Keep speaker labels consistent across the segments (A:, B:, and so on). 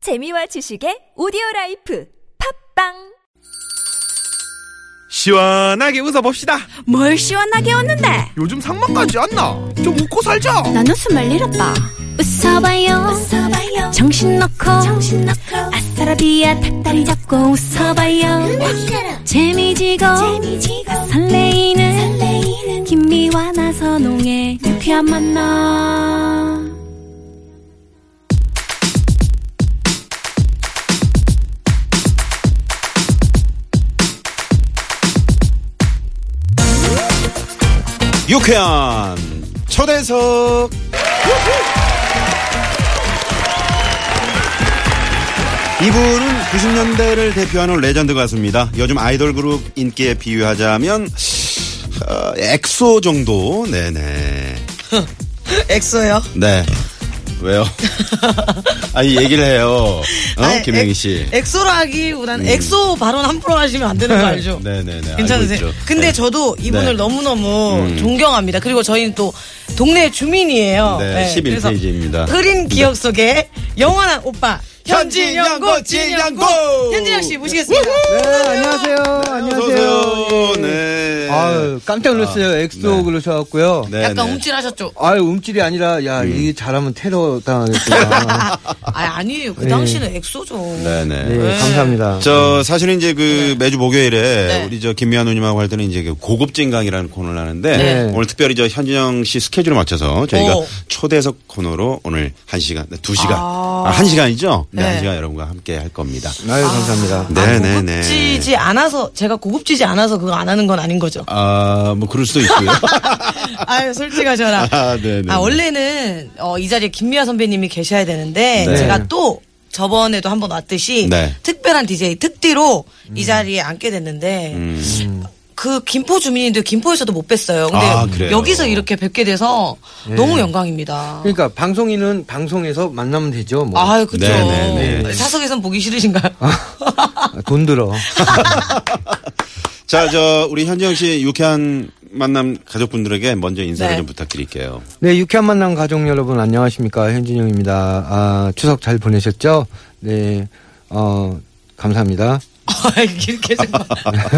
A: 재미와 지식의 오디오 라이프 팝빵
B: 시원하게 웃어봅시다.
C: 뭘 시원하게 웃는데
B: 요즘 상만까지 안 나. 좀 웃고 살자.
C: 난 웃음을 잃었다 웃어봐요, 웃어봐요. 정신 놓고 아싸라비아 닭다리 잡고 웃어봐요 재미지고, 설레이는, 김미와 나선홍의 유쾌한 만남
D: 유쾌한 초대석 이분은 90년대를 대표하는 레전드 가수입니다. 요즘 아이돌 그룹 인기에 비유하자면 어, 엑소 정도 네네
E: 엑소요?
D: 네 왜요? 아니 얘기를 해요. 어?
E: 아니,
D: 김영희
E: 엑-
D: 씨.
E: 엑소라기보단 엑소 발언 함부로 하시면 안 되는 거 알죠?
D: 음. 네네네. 알고
E: 괜찮으세요?
D: 있죠.
E: 근데
D: 네.
E: 저도 이분을
D: 네. 음.
E: 너무너무 존경합니다. 그리고 저희는 또 동네 주민이에요.
D: 네, 11
E: 그래서
D: 페이지입니다. 네.
E: 흐린 기억 속에 영원한 오빠
D: 현진영고,
E: 현진영고
D: 진영고!
E: 진영고 현진영 씨 모시겠습니다.
F: 네, 안녕하세요.
D: 어서오세요.
F: 안녕하세요.
D: 네.
F: 아유, 깜짝 놀랐어요. 엑소 그러셔갖고요.
D: 네네.
E: 약간 움찔하셨죠?
F: 아유, 움찔이 아니라, 야, 이게 잘하면 테러 당하겠구나.
E: 아, 아니에요. 그 당시는 엑소죠.
D: 네. 네네.
F: 네, 감사합니다.
D: 저 사실은 이제 그 매주 목요일에
E: 네.
D: 우리 저 김미아누님하고 할 때는 이제 그 고급진강이라는 코너를 하는데
E: 네.
D: 오늘 특별히 저 현진영 씨 스케줄에 맞춰서 저희가
E: 오.
D: 초대석 코너로 오늘 한 시간, 네, 두 시간, 아, 한 시간이죠? 네,
E: 네.
D: 한 시간 여러분과 함께 할 겁니다.
F: 아유, 감사합니다.
D: 네네네.
E: 고급지지 않아서 제가 고급지지 않아서 그거 안 하는 건 아닌 거죠.
D: 아, 뭐 그럴 수도 있고요.
E: 아유 솔직하셔라.
D: 아, 네네.
E: 아, 원래는 어, 이 자리에 김미아 선배님이 계셔야 되는데
D: 네.
E: 제가 또 저번에도 한번 왔듯이
D: 네. 음.
E: 특별한 DJ 특디로 이 자리에 앉게 됐는데 그 김포 주민인데 김포에서도 못 뵀어요. 근데
D: 아, 그래요? 네.
E: 여기서 이렇게 뵙게 돼서 너무 영광입니다.
D: 음.
F: 그러니까, 방송인은 방송에서 만나면 되죠, 뭐.
E: 아유 그쵸.
D: 네, 아. 네, 네.
E: 사석에선 보기 싫으신가요?
F: 돈 들어.
D: 자, 저 우리 현진영 씨 유쾌한 만남 가족분들에게 먼저 인사를
E: 네.
D: 좀 부탁드릴게요.
F: 네, 유쾌한 만남 가족 여러분, 안녕하십니까. 현진영입니다. 아, 추석 잘 보내셨죠? 네, 어, 감사합니다.
E: 아이, 이렇게 좀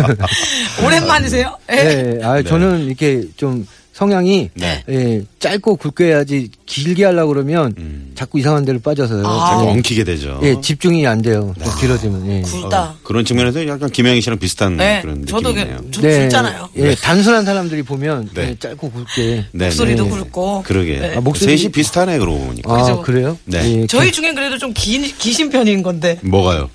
E: 오랜만이세요? 예.
F: 네, 아, 저는 이렇게 좀 성향이
D: 네.
F: 예, 짧고 굵게 해야지 길게 하려고 그러면 자꾸 이상한 데로 빠져서요.
E: 아.
D: 자꾸
F: 예,
D: 음. 엉키게 어. 네. 되죠.
F: 예, 집중이 안 돼요. 또 길어지면. 예.
E: 굵다.
D: 그런 측면에서 약간 김영희 씨랑 비슷한
E: 네,
D: 그런
E: 저도
D: 느낌이네요.
E: 좀 굵잖아요.
F: 예, 단순한 사람들이 보면
D: 네.
F: 예, 짧고 굵게.
D: 네,
E: 목소리도
D: 네.
E: 굵고.
D: 그러게.
E: 네.
F: 아, 목소리-
D: 셋이 비슷하네 그러고 보니까.
F: 아,
E: 그죠.
F: 그래요?
D: 네.
F: 예,
E: 저희 중엔 그래도 좀 긴, 기신 편인 건데.
D: 아, 뭐가요?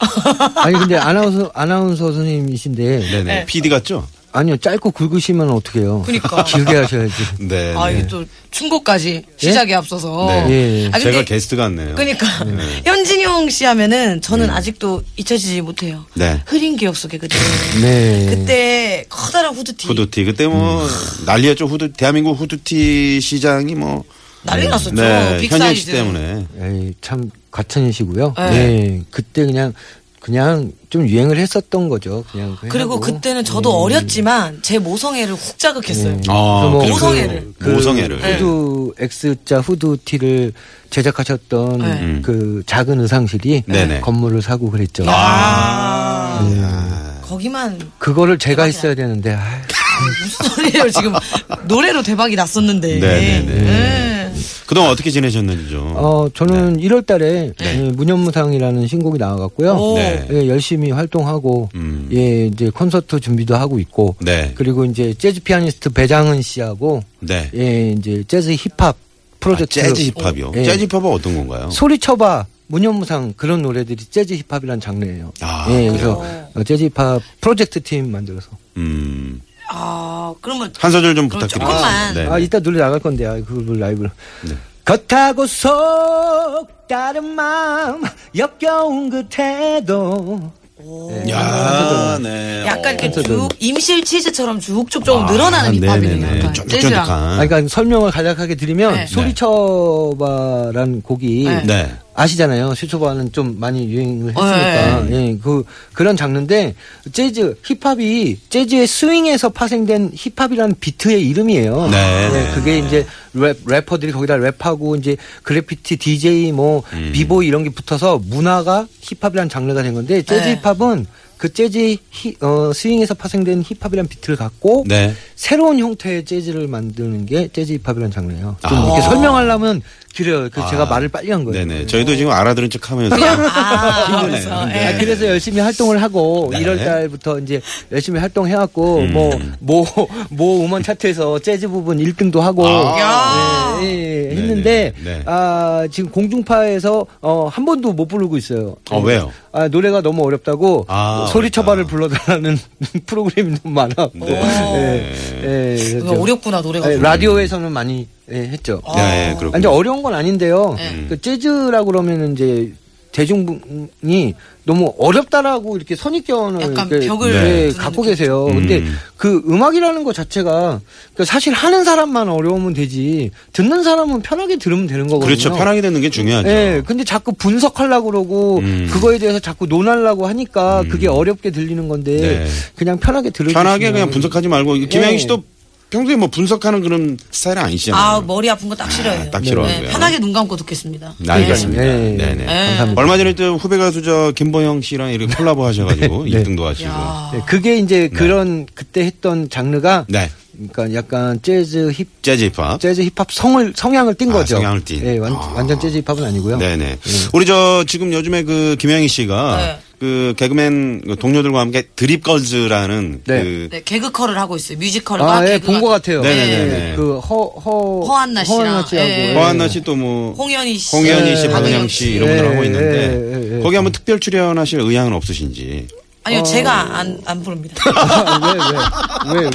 F: 아니 근데 아나운서 아나운서 선생님이신데
D: 네네. PD 같죠?
F: 아니요 짧고 굵으시면 어떡해요
E: 그러니까.
F: 길게 하셔야지
D: 네.
E: 아,
D: 네.
E: 이게 또 충고까지 시작에 앞서서.
D: 네.
F: 예, 예.
E: 아,
D: 제가
E: 근데
D: 게스트 같네요.
E: 그러니까 현진용 씨 하면은 저는 아직도 잊혀지지 못해요.
D: 네.
E: 흐린 기억 속에 그때.
F: 네
E: 그때 커다란 후드티.
D: 후드티 그때 뭐 난리였죠. 후드 대한민국 후드티 시장이 뭐
E: 난리 났었죠.
D: 네,
E: 그렇죠. 빅
D: 현영 씨
E: 사이즈.
D: 때문에.
F: 에이, 참 과천이시고요
E: 네.
F: 네. 그때 그냥 그냥 좀 유행을 했었던 거죠 그냥
E: 그리고
F: 하고.
E: 그때는 저도
D: 음.
F: 예.
E: 어렸지만 제 모성애를 훅 자극했어요.
D: 아,
F: 뭐
D: 그리고
E: 모성애를. 네.
D: 그 모성애를.
F: 후드 X자 후드티를 제작하셨던
E: 네.
D: 음.
F: 그 작은 의상실이
D: 네네.
F: 건물을 사고 그랬죠.
E: 아.
D: 네.
E: 거기만
F: 그거를 제가 했어야 되는데 아,
E: 무슨 소리예요 지금 노래로 대박이
D: 네,
E: 났었는데.
D: 네, 네.
E: 네.
D: 그동안 어떻게 지내셨는지 좀.
F: 어 저는 1월달에 그
D: 네.
F: 무념무상이라는 신곡이 나와갖고요.
E: 오.
D: 네.
F: 예, 열심히 활동하고
D: 음.
F: 예 이제 콘서트 준비도 하고 있고
D: 네.
F: 그리고 이제 재즈 피아니스트 배장은 씨하고
D: 네.
F: 예 이제 재즈 힙합 프로젝트
D: 아, 재즈 힙합이요.
F: 예.
D: 재즈 힙합은 어떤 건가요?
F: 소리쳐봐 무념무상 그런 노래들이 재즈 힙합이란 장르예요.
D: 아,
F: 예, 그래서 어, 재즈 힙합 프로젝트 팀 만들어서.
D: 음.
E: 아 그러면
D: 한 소절 좀
E: 그럼
D: 부탁드립니다.
E: 조금만.
D: 네.
F: 아 이따 노래 나갈 건데 아, 그걸 라이브로. 겉하고 속 다른 마음 역겨운 그 끝에도
D: 야, 네.
E: 약간 이렇게
F: 어.
E: 쭉 임실 치즈처럼 쭉쭉 조금 늘어나는 힙합이네요.
D: 아, 네네네.
E: 약간.
D: 쫀득쫀득한. 아, 그러니까
F: 아, 그러니까 설명을 간략하게 드리면
E: 네.
F: 소리쳐봐라는 곡이
E: 네.
D: 네.
F: 아시잖아요. 시초바는 좀 많이 유행을 했으니까. 예, 그, 그런 장르인데, 재즈, 힙합이, 재즈의 스윙에서 파생된 힙합이라는 비트의 이름이에요. 예,
D: 네, 네.
F: 그게 이제 랩, 래퍼들이 거기다 랩하고, 이제 그래피티, DJ, 뭐,
D: 음.
F: 비보이 이런 게 붙어서 문화가 힙합이라는 장르가 된 건데, 재즈
E: 네.
F: 힙합은 그 재즈 히, 어, 스윙에서 파생된 힙합이라는 비트를 갖고,
D: 네.
F: 새로운 형태의 재즈를 만드는 게 재즈 힙합이라는 장르예요. 좀
D: 아.
F: 이렇게 설명하려면 길어요. 그 제가 말을 빨리 한 거예요.
D: 네네. 저희도 지금 알아들은 척 하면서.
E: 아,
D: 힘드네요.
E: 그래서,
D: 힘드네요.
E: 예.
F: 아, 그래서 열심히 활동을 하고
D: 네.
F: 1월 달부터 이제 열심히 활동해왔고
D: 음.
F: 뭐모모 우먼 차트에서 재즈 부분 1등도 하고
E: 야.
F: 예, 예, 예, 했는데
D: 아. 네, 네네. 네.
F: 아 지금 공중파에서 어, 한 번도 못 부르고 있어요.
D: 어, 왜요?
F: 아, 노래가 너무 어렵다고
D: 아,
F: 소리
D: 어렵다.
F: 처벌을 불러달라는 프로그램이 너무 많아.
D: 네.
F: 예, 예,
E: 그거
F: 그렇죠.
E: 어렵구나 노래가.
F: 예, 라디오에서는 많이 예, 했죠.
D: 네,
F: 아, 이제
D: 그렇군요. 음.
F: 어려운 건 아닌데요.
E: 네.
F: 그 재즈라고 그러면 이제 대중분이 너무 어렵다라고 이렇게 선입견을
E: 약간
F: 이렇게
D: 네.
E: 벽을
F: 예,
E: 두는 느낌.
F: 갖고 계세요. 근데
D: 음.
F: 그 음악이라는 것 자체가 그 사실 하는 사람만 어려우면 되지 듣는 사람은 편하게 들으면 되는 거거든요.
D: 그렇죠. 편하게 듣는 게 중요하죠.
F: 예, 근데 자꾸 분석하려고 그러고
D: 음.
F: 그거에 대해서 자꾸 논하려고 하니까 그게 어렵게 들리는 건데
D: 네.
F: 그냥 편하게 네. 들으시면
D: 편하게 그냥 분석하지 말고 김양희 씨도 평소에 뭐 분석하는 그런 스타일은 아니시잖아요. 뭐,
E: 아 머리 아픈 거 딱 싫어요. 네,
D: 딱 싫어하고요.
E: 편하게 눈 감고 듣겠습니다.
D: 네, 알겠습니다.
F: 네.
D: 네네.
F: 감사합니다.
D: 얼마 전에 또 후배 가수 저 김보영 씨랑 이렇게 콜라보 하셔가지고
F: 네.
D: 1등도 하시고.
F: 네, 그게 이제 그런 그때 했던 장르가
D: 네.
F: 그러니까 약간 재즈 힙
D: 재즈 힙합.
F: 재즈 힙합 성을 성향을 띈
D: 아,
F: 거죠.
D: 성향을 띈.
F: 예, 완,
D: 아.
F: 완전 재즈 힙합은 아니고요.
D: 네네. 우리 저 지금 요즘에 그 김양희 씨가
E: 네.
D: 그 개그맨 그 동료들과 함께 드립걸즈라는
F: 네.
D: 그
E: 네, 개그컬을 하고 있어요. 뮤지컬과
F: 아, 예,
E: 개그가-
F: 본 것 같아요.
D: 네네네네.
F: 예, 그 허, 허,
E: 허한나 씨랑,
F: 허한나 하고
E: 예.
D: 허한나 씨 또 뭐
E: 홍현희 씨,
D: 홍현희
E: 예,
F: 네.
D: 씨, 박은영 씨 이런 분들
F: 예,
D: 하고 있는데
F: 예, 예, 예.
D: 거기 한번 특별 출연하실 의향은 없으신지.
E: 아니요
D: 어.
E: 제가 안 안 부릅니다.
F: 아, 왜, 왜,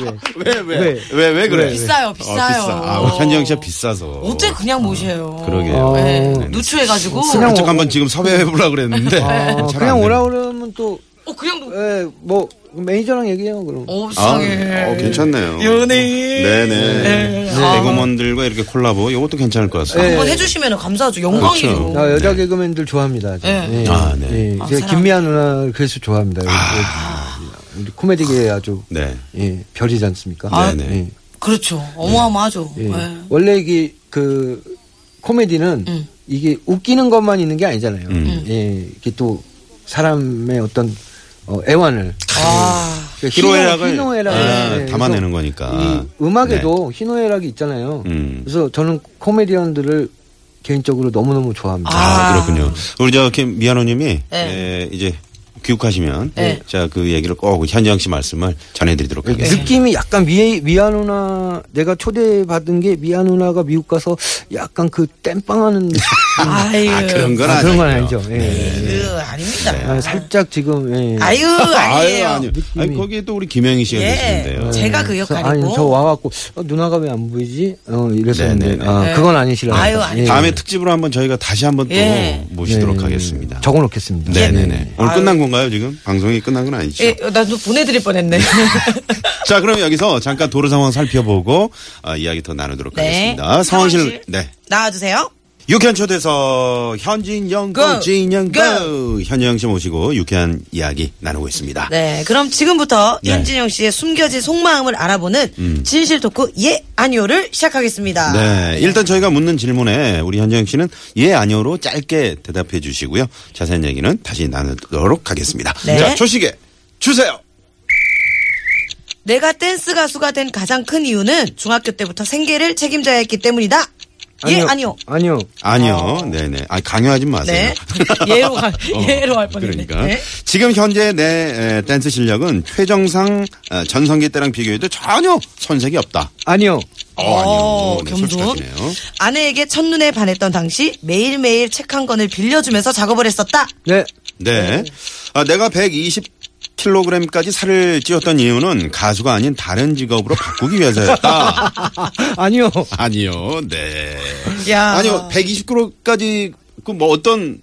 D: 왜
F: 왜, 왜.
D: 왜
F: 왜?
D: 왜 왜 그래?
F: 네.
E: 비싸요, 비싸요.
D: 네. 비싸. 아, 우리 현정 씨가 비싸서.
E: 어째 그냥 모셔요.
D: 그러게요. 네.
E: 예,
F: 어.
E: 누추해가지고.
F: 그냥
D: 그쪽
F: 오-
D: 한번 지금 섭외해 보려고 그랬는데.
F: 아,
D: 잘
F: 그냥
D: 안
F: 오라
D: 돼요.
F: 그러면 또,
E: 어 그냥
F: 예, 뭐, 매니저랑 얘기해요, 그럼.
E: 어
D: 아,
E: 세상에.
D: 어, 괜찮네요.
E: 연예인.
D: 네네.
E: 네. 아. 네.
D: 대구먼들과 이렇게 콜라보, 이것도 괜찮을 것 같습니다.
E: 한번 해주시면 감사하죠. 영광이죠.
D: 그렇죠.
F: 아, 여자 개그맨들 좋아합니다. 저.
E: 네.
F: 예.
D: 아, 네.
F: 예,
E: 아,
F: 제가
E: 사랑-
F: 김미아 누나 그래서 좋아합니다. 예, 우리 코미디계의 아주
D: 네.
F: 예, 별이지 않습니까?
D: 아, 네네.
F: 예.
E: 그렇죠. 어마어마하죠.
F: 예.
E: 예.
F: 원래 이게 그 코미디는
E: 음.
F: 이게 웃기는 것만 있는 게 아니잖아요.
D: 음.
F: 예, 이게 또 사람의 어떤 어, 애환을
E: 아,
F: 그
D: 희노애락을
F: 희노- 희노애락을,
D: 아,
F: 예,
D: 담아내는
F: 그래서
D: 거니까.
F: 이 음악에도 희노애락이 있잖아요.
D: 음.
F: 그래서 저는 코미디언들을 개인적으로 너무너무 좋아합니다.
D: 아,
E: 아.
D: 그렇군요. 우리 저 김, 미아노님이
E: 네.
D: 예, 이제 귀국하시면
E: 네.
D: 자 그 얘기를 꼭 현정 씨 말씀을 전해드리도록 하겠습니다.
F: 느낌이 약간 미, 미아 누나 내가 초대받은 게 미아 누나가 미국 가서 약간 그 땜빵하는
E: 아유.
D: 아 그런 건 네.
F: 아,
D: 아니에요.
F: 그런 건 아니죠. 예.
E: 으, 아닙니다.
F: 아, 살짝 지금 예.
E: 그 아유,
D: 아유 아니요.
E: 아니에요.
D: 아니
F: 느낌이.
D: 거기에 또 우리 김영희 씨가
E: 예.
D: 계시는데요.
E: 제가 그 역할이고.
F: 아니 네. 저 와갖고 어, 누나가 왜 안 보이지? 어 이랬었는데
D: 네네네.
F: 아,
E: 네.
F: 그건 예. 아니시라.
E: 아유, 아니.
D: 다음에 특집으로 한번 저희가 다시 한번 또
E: 네. 예.
F: 네.
D: 모시도록 하겠습니다.
F: 적어놓겠습니다.
D: 네네네. 오늘
E: 아유.
D: 끝난 건가요 지금? 방송이 끝난 건 아니죠?
E: 예, 나도 보내드릴 뻔했네.
D: 자 그럼 여기서 잠깐 도로 상황 살펴보고 아, 이야기 더 나누도록
E: 네.
D: 하겠습니다. 상황실
E: 상황실.
D: 네.
E: 나와주세요.
D: 유쾌한 초대서 현진 연구
E: Go.
D: 진영 고
E: Go.
D: 현영 씨 모시고 유쾌한 이야기 나누고 있습니다.
E: 네, 그럼 지금부터
D: 네.
E: 현진영 씨의 숨겨진 속마음을 알아보는 진실 토크 예 아니오를 시작하겠습니다.
D: 네, 일단 저희가 묻는 질문에 우리 현정 씨는 예 아니오로 짧게 대답해 주시고요. 자세한 얘기는 다시 나누도록 하겠습니다.
E: 네.
D: 자, 초식에 주세요.
E: 내가 댄스 가수가 된 가장 큰 이유는 중학교 때부터 생계를 책임져야 했기 때문이다. 예 아니요.
F: 아니요.
D: 아니요, 네네. 아 강요하지 마세요. 어,
E: 네. 예로 가, 예로 할 뻔했네.
D: 그러니까
E: 네.
D: 지금 현재 내 에, 댄스 실력은 최정상 어, 전성기 때랑 비교해도 전혀 손색이 없다.
F: 아니요.
D: 어,
E: 어,
D: 아니요. 네,
E: 겸손.
D: 솔직하시네요.
E: 아내에게 첫눈에 반했던 당시 매일매일 책 한 권을 빌려주면서 작업을 했었다.
F: 네.
D: 네. 아, 내가 120kg까지 살을 찌웠던 이유는 가수가 아닌 다른 직업으로 바꾸기 위해서였다.
F: 아니요.
D: 아니요, 네.
E: 야.
D: 아니요, 120kg까지 그 뭐 어떤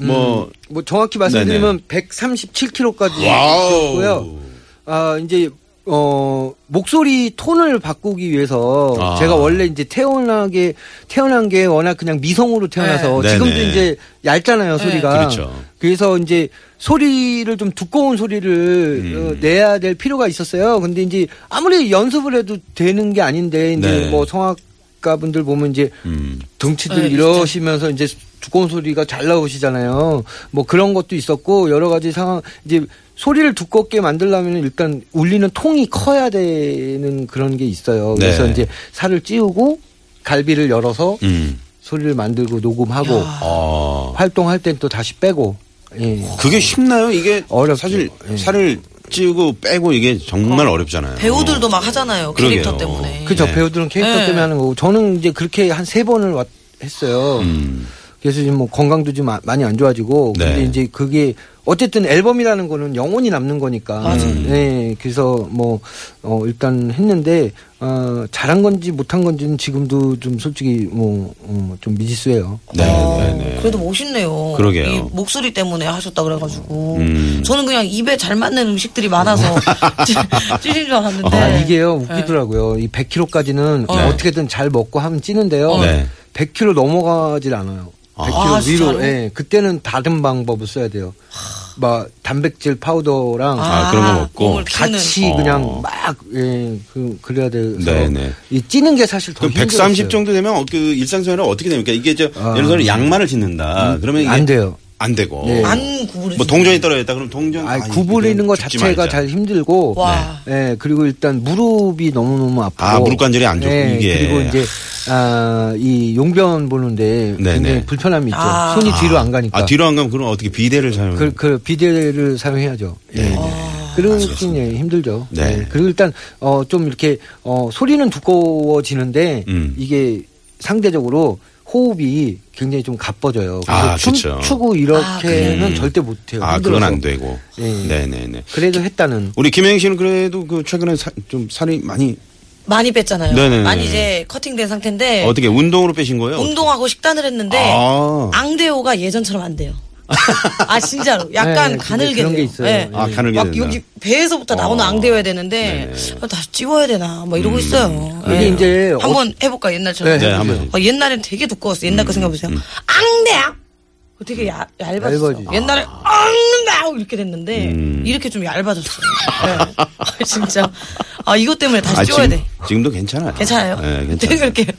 F: 음.
D: 뭐 예,
F: 뭐 정확히 말씀드리면 137kg까지
D: 와우.
F: 찌웠고요. 아 이제 어, 목소리 톤을 바꾸기 위해서
D: 아.
F: 제가 원래 이제 태어나게 태어난 게 워낙 그냥 미성으로 태어나서
D: 네.
F: 지금도
D: 네네.
F: 이제 얇잖아요 소리가.
D: 그렇죠.
F: 그래서 이제 소리를 좀 두꺼운 소리를
D: 음.
F: 어, 내야 될 필요가 있었어요. 근데 이제 아무리 연습을 해도 되는 게 아닌데 이제
D: 네.
F: 뭐 성악가 분들 보면 이제
D: 음.
F: 덩치들
E: 네,
F: 이러시면서 이제 두꺼운 소리가 잘 나오시잖아요. 뭐 그런 것도 있었고 여러 가지 상황 이제 소리를 두껍게 만들려면 일단 울리는 통이 커야 되는 그런 게 있어요.
D: 네.
F: 그래서 이제 살을 찌우고 갈비를 열어서
D: 음.
F: 소리를 만들고 녹음하고
D: 어.
F: 활동할 땐 또 다시 빼고 예.
D: 그게 쉽나요? 이게
F: 어렵죠. 예.
D: 사실 살을 찌우고 빼고 이게 정말 어. 렵잖아요
E: 배우들도 막 하잖아요.
D: 그러게요.
E: 캐릭터 때문에.
F: 그죠
D: 네.
F: 배우들은 캐릭터
E: 네.
F: 때문에 하는 거고 저는 이제 그렇게 한 세 번을 왔, 했어요.
D: 음.
F: 그래서 지금 뭐 건강도 좀 아- 많이 안 좋아지고 근데
D: 네.
F: 이제 그게 어쨌든 앨범이라는 거는 영원히 남는 거니까. 네, 그래서 뭐 어, 일단 했는데 어, 잘한 건지 못한 건지는 지금도 좀 솔직히 뭐좀 미지수예요.
D: 네,
E: 어,
D: 네, 네.
E: 그래도 멋있네요.
D: 그러게요.
E: 이 목소리 때문에 하셨다 그래가지고
D: 음.
E: 저는 그냥 입에 잘 맞는 음식들이 많아서 찌- 찌린 줄 알았는데
F: 아, 이게요 웃기더라고요. 이 100kg까지는
D: 네.
F: 어떻게든 잘 먹고 하면 찌는데요.
D: 네.
F: 100kg 넘어가질 않아요. 100kg
E: 아,
F: 위로.
E: 진짜로?
F: 예, 그때는 다른 방법을 써야 돼요. 막 단백질 파우더랑
D: 아, 그런 거 먹고.
E: 몸을 키우는.
F: 같이
D: 어.
F: 그냥 막, 예, 그, 그래야 돼서.
D: 네네.
F: 이 찌는 게 사실 더
D: 그럼
F: 힘들어요. 아.
D: 130 정도 되면 어, 그 일상생활은 어떻게 됩니까? 이게 저 예를 들어 양말을 신는다. 그러면 이게
F: 음. 안 돼요.
D: 안 되고.
F: 네.
E: 안 구부리지.
D: 뭐 동전이 떨어졌다. 그럼 동전
F: 아,
D: 아,
F: 구부리는
D: 이거는
F: 것
D: 죽지
F: 자체가
D: 말자.
F: 잘 힘들고.
D: 네.
E: 와.
F: 예, 그리고 일단 무릎이 너무너무 아프고.
D: 아, 무릎 관절이 안 좋고,
F: 예,
D: 이게.
F: 그리고 이제, 아, 이 용변 보는데
D: 네네.
F: 굉장히 불편함이 있죠.
E: 아.
F: 손이 뒤로 안 가니까.
D: 아 뒤로 안 가면 그럼 어떻게 비대를 사용?
F: 그, 그 비대를 사용해야죠. 예. 그런 게 힘들죠.
D: 아, 네.
F: 예. 그리고 일단 어 좀 이렇게 어 소리는 두꺼워지는데
D: 음.
F: 이게 상대적으로 호흡이 굉장히 좀 가빠져요. 그래서
D: 아, 그쵸.
F: 춤추고 이렇게는 절대 못해요.
D: 아
F: 힘들어서.
D: 그건 안 되고.
F: 예.
D: 네네네.
F: 그래도 했다는.
D: 우리 김혜영 씨는 그래도 그 최근에 사- 좀 살이 많이
E: 많이 뺐잖아요.
D: 네네네.
E: 많이 이제 커팅된 상태인데
D: 어떻게 운동으로 빼신 거예요?
E: 네. 운동하고 식단을 했는데
D: 아.
E: 앙대호가 예전처럼 안 돼요. 아 진짜로 약간
F: 네,
E: 가늘게
F: 그런 게
E: 돼요.
F: 있어요.
E: 네.
D: 아 가늘게
E: 막
D: 된다. 아. 네.
E: 여기 배에서부터 나오는 앙대여야 되는데 아, 다시 찌워야 되나 막 이러고 있어요. 네.
F: 이게 이제 어-
E: 한번 해볼까 옛날처럼.
D: 음. 네, 한번. 음,
E: 아, 옛날엔 되게 두꺼웠어. 옛날 거 생각해보세요. 앙대야. 되게 야, 얇아졌어.
F: 얇아지죠.
E: 옛날에 앙대야 이렇게 됐는데
D: 음.
E: 이렇게 좀 얇아졌어. 네. 아, 진짜. 아 이것 때문에 다시
D: 아,
E: 찌워야
D: 지금,
E: 돼.
D: 지금도 괜찮아요.
E: 괜찮아요.
D: 네,
E: 되게
D: 괜찮아요.
E: 그렇게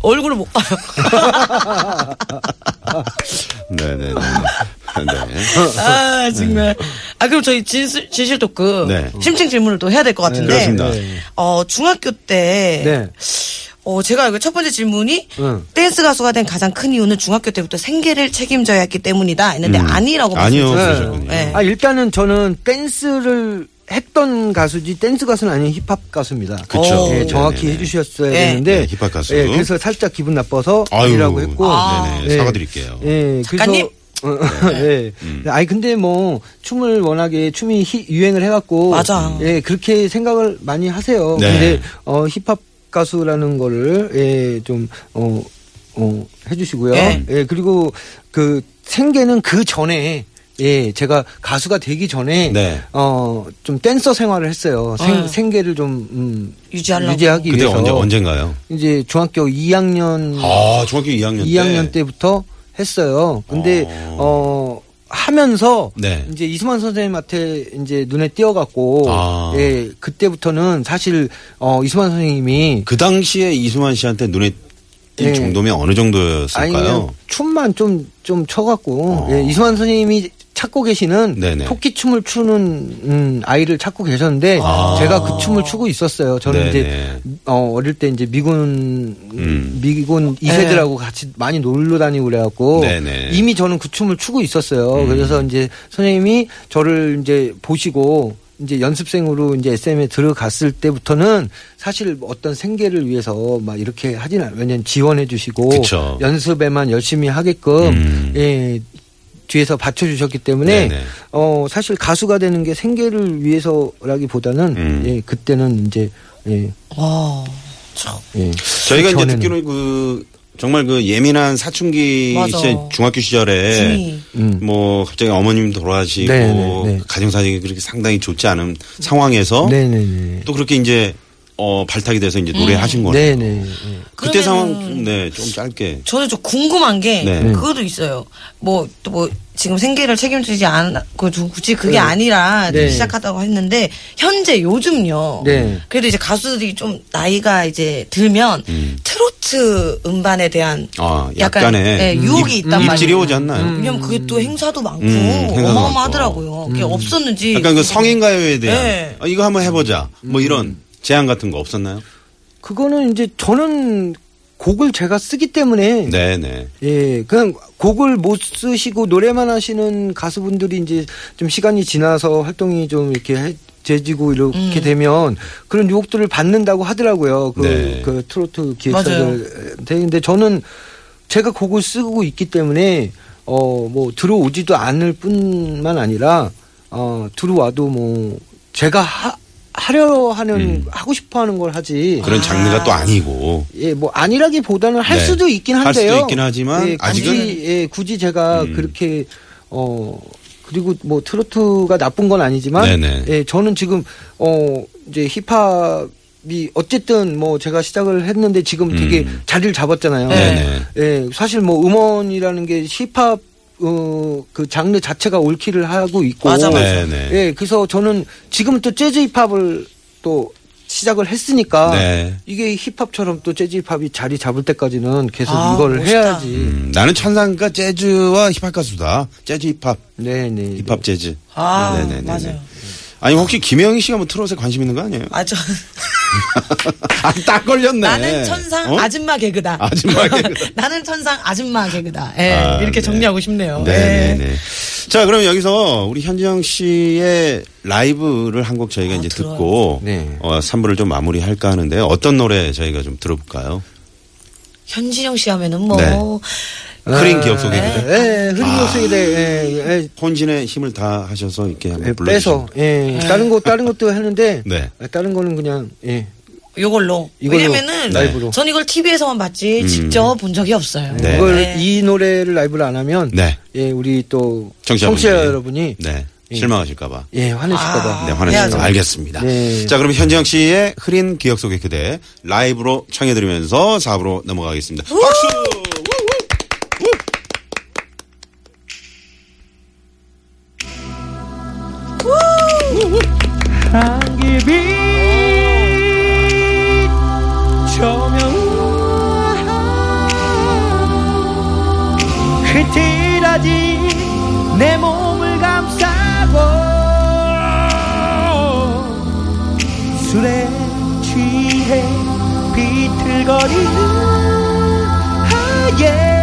E: 얼굴을 못 봐요.
D: 네네네. 네.
E: 아 정말. 아 그럼 저희 진실 진실 토크
D: 네.
E: 심층 질문을 또 해야 될 것 같은데.
D: 그렇습니다.
E: 어 중학교 때.
F: 네.
E: 어 제가 이거 첫 번째 질문이
F: 응.
E: 댄스 가수가 된 가장 큰 이유는 중학교 때부터 생계를 책임져야 했기 때문이다 했는데
D: 음.
E: 아니라고
D: 아니요.
E: 말씀해 주셨어요.
D: 그러셨군요.
E: 네.
F: 아 일단은 저는 댄스를 했던 가수지 댄스 가수는 아닌 힙합 가수입니다.
D: 그쵸.
F: 예, 정확히
D: 네네네.
F: 해주셨어야
E: 네.
F: 되는데
D: 네, 힙합 가수.
F: 예, 그래서 살짝 기분 나빠서 아니라고 했고
D: 네네.
F: 예.
D: 사과드릴게요. 네. 음.
F: 예,
E: 작가님?
F: 그래서 어, 예. 아니 근데 뭐 춤을 워낙에 춤이 히- 유행을 해갖고
E: 맞아.
F: 예 그렇게 생각을 많이 하세요.
D: 네.
F: 근데 어, 힙합 가수라는 거를 예, 예좀어 어, 해주시고요.
E: 네.
F: 예 그리고 그 생계는 그 전에 예 제가 가수가 되기 전에
D: 네.
F: 어좀 댄서 생활을 했어요. 생,
E: 아.
F: 생계를 좀 음,
E: 유지하려고.
F: 유지하기
D: 그때
F: 위해서
D: 언제 언젠가요?
F: 이제 중학교 2학년
D: 아 중학교 2학년 때.
F: 음. 2학년 때부터 했어요. 근데 어 하면서
D: 네.
F: 이제 이수만 선생님한테 이제 눈에 띄어갖고
D: 아.
F: 예 그때부터는 사실 어 이수만 선생님이
D: 그 당시에 이수만 씨한테 눈에 띌
F: 예.
D: 정도면 어느
F: 아니 그냥
D: 정도였을까요?
F: 춤만 좀 좀 쳐갖고
D: 어.
F: 예, 이수만 선생님이 찾고 계시는
D: 네네.
F: 토끼 춤을 추는 음, 아이를 찾고 계셨는데
D: 아.
F: 제가 그 춤을 추고 있었어요.
D: 네네.
F: 저는 이제 어, 어릴 때 이제 미군
D: 음.
F: 미군 이세들하고 같이 많이 놀러 다니고 그래갖고
D: 네네. 음.
F: 이미 저는 그 춤을 추고 있었어요. 그래서 이제 선생님이 저를 이제 보시고. 이제 연습생으로 이제 SM에 들어갔을 때부터는 사실 어떤 생계를 위해서 막 이렇게 하진 않, 왜냐면 지원해 주시고
D: 그쵸.
F: 연습에만 열심히 하게끔
D: 음.
F: 예, 뒤에서 받쳐주셨기 때문에
D: 네네.
F: 어 사실 가수가 되는 게 생계를 위해서라기보다는
D: 음.
F: 예, 그때는 이제 예,
E: 와, 참.
F: 예.
D: 저희가 이제
F: 그전에는.
D: 듣기로 그 정말 그 예민한 사춘기
E: 맞아.
D: 시절, 중학교 시절에
E: 네.
F: 음.
D: 뭐 갑자기 어머님 돌아가시고
F: 네, 네, 네.
D: 가정 사정이 그렇게 상당히 좋지 않은 상황에서
F: 네네네.
D: 또 그렇게 이제 어 발탁이 돼서 이제 노래하신 거예요.
F: 네네.
D: 그때
E: 음. 그러면은-
D: 상황 네좀 짧게
E: 저는 좀 궁금한 게
D: 네.
E: 그것도 있어요. 뭐 또 뭐 지금 생계를 책임지지 않고 굳이 그게 아니라
F: 네.
E: 시작하다고 했는데 현재 요즘요.
F: 네.
E: 그래도 이제 가수들이 좀 나이가 이제 들면
D: 음.
E: 트로트 음반에 대한
D: 아,
E: 약간,
D: 약간의
E: 네,
D: 음,
E: 유혹이
D: 입-
E: 있단 말이에요. 음.
D: 입질이 오지 않나요?
E: 왜냐면 그게 또 행사도 많고
D: 음, 행사도 음.
E: 어마어마하더라고요. 그게 없었는지
D: 약간 그 성인 가요에 대한
E: 네.
D: 아, 이거 한번 해보자 뭐 이런 제안 같은 거 없었나요?
F: 그거는 이제 저는 곡을 제가 쓰기 때문에
D: 네네.
F: 예, 그냥 곡을 못 쓰시고 노래만 하시는 가수분들이 이제 좀 시간이 지나서 활동이 좀 이렇게 해, 되지고 이렇게 되면 그런 유혹들을 받는다고 하더라고요. 그,
D: 네.
F: 그 트로트 기획사들한테. 네, 근데 저는 제가 곡을 쓰고 있기 때문에 어, 뭐 들어오지도 않을 뿐만 아니라 어, 들어와도 뭐 제가 하, 하려 하는 하고 싶어 하는 걸 하지.
D: 음. 그런 장르가 또 아니고
F: 예, 뭐 아니라기보다는 할
D: 네.
F: 수도 있긴
D: 할
F: 한데요.
D: 수도 있긴 하지만
F: 예,
D: 아직은- 음.
F: 굳이, 예, 굳이 제가 그렇게 어 그리고 뭐 트로트가 나쁜 건 아니지만
D: 네네.
F: 예, 저는 지금 어 이제 힙합이 어쨌든 뭐 제가 시작을 했는데 지금 되게
D: 음.
F: 자리를 잡았잖아요.
D: 네네.
F: 예, 사실 뭐 음원이라는 게 힙합 어그 장르 자체가 올킬을 하고 있고
E: 맞아,
D: 맞아. 네네.
F: 예, 그래서 저는 지금 또 재즈 힙합을 또 시작을 했으니까
D: 네.
F: 이게 힙합처럼 또 재즈 힙합이 자리 잡을 때까지는 계속
E: 아,
F: 이걸
E: 멋있다.
F: 해야지.
D: 음, 나는 천상가 재즈와 힙합 가수다. 재즈 힙합,
F: 네, 네.
D: 힙합 재즈.
E: 아
D: 네네네네.
E: 맞아요.
D: 아니 혹시 김영희 씨가 뭐 트롯에 관심 있는 거 아니에요?
E: 맞아.
D: 아, 딱 걸렸네.
E: 나는 천상
D: 어?
E: 아줌마 개그다.
D: 아줌마 개그다.
E: 나는 천상 아줌마 개그다. 예,
D: 아, 네.
E: 이렇게 정리하고 싶네요. 예.
D: 네네네. 자, 그럼 여기서 우리 현지영 씨의 라이브를 한 곡 저희가
E: 아,
D: 이제
E: 들어요.
D: 듣고
F: 네.
D: 어, 3부를 좀 마무리할까 하는데 어떤 노래 저희가 좀 들어볼까요?
E: 현진영 씨 하면은 뭐
D: 네. 흐린 기억 속에
F: 예,
D: 그대.
F: 예, 흐린
D: 아.
F: 요소에 대해 예, 예,
D: 혼신의 힘을 다 하셔서 이렇게
F: 예,
D: 한번 네, 불러
F: 빼서 예, 다른 거 다른 것도 했는데
D: 네.
F: 아, 다른 거는 그냥 예.
E: 요걸로.
F: 이걸로 네.
E: 왜냐면은
F: 라이브로.
E: 전 이걸 TV에서만 봤지 직접 본 적이 없어요.
D: 네.
F: 이걸 이 노래를 라이브를 안 하면
D: 네.
F: 예, 우리 또
D: 청취자분들이.
F: 청취자 여러분이
D: 네.
F: 예.
D: 실망하실까 봐.
F: 예, 화내실까 봐.
E: 아.
D: 네, 화내시죠.
E: 해야죠.
D: 알겠습니다.
F: 네.
D: 자, 그럼 현지영 씨의 흐린 기억 속의 그대 라이브로 청해드리면서 4부로 넘어가겠습니다. 박수!
G: 흐트러진 내 몸을 감싸고 술에 취해 비틀거리는 하얘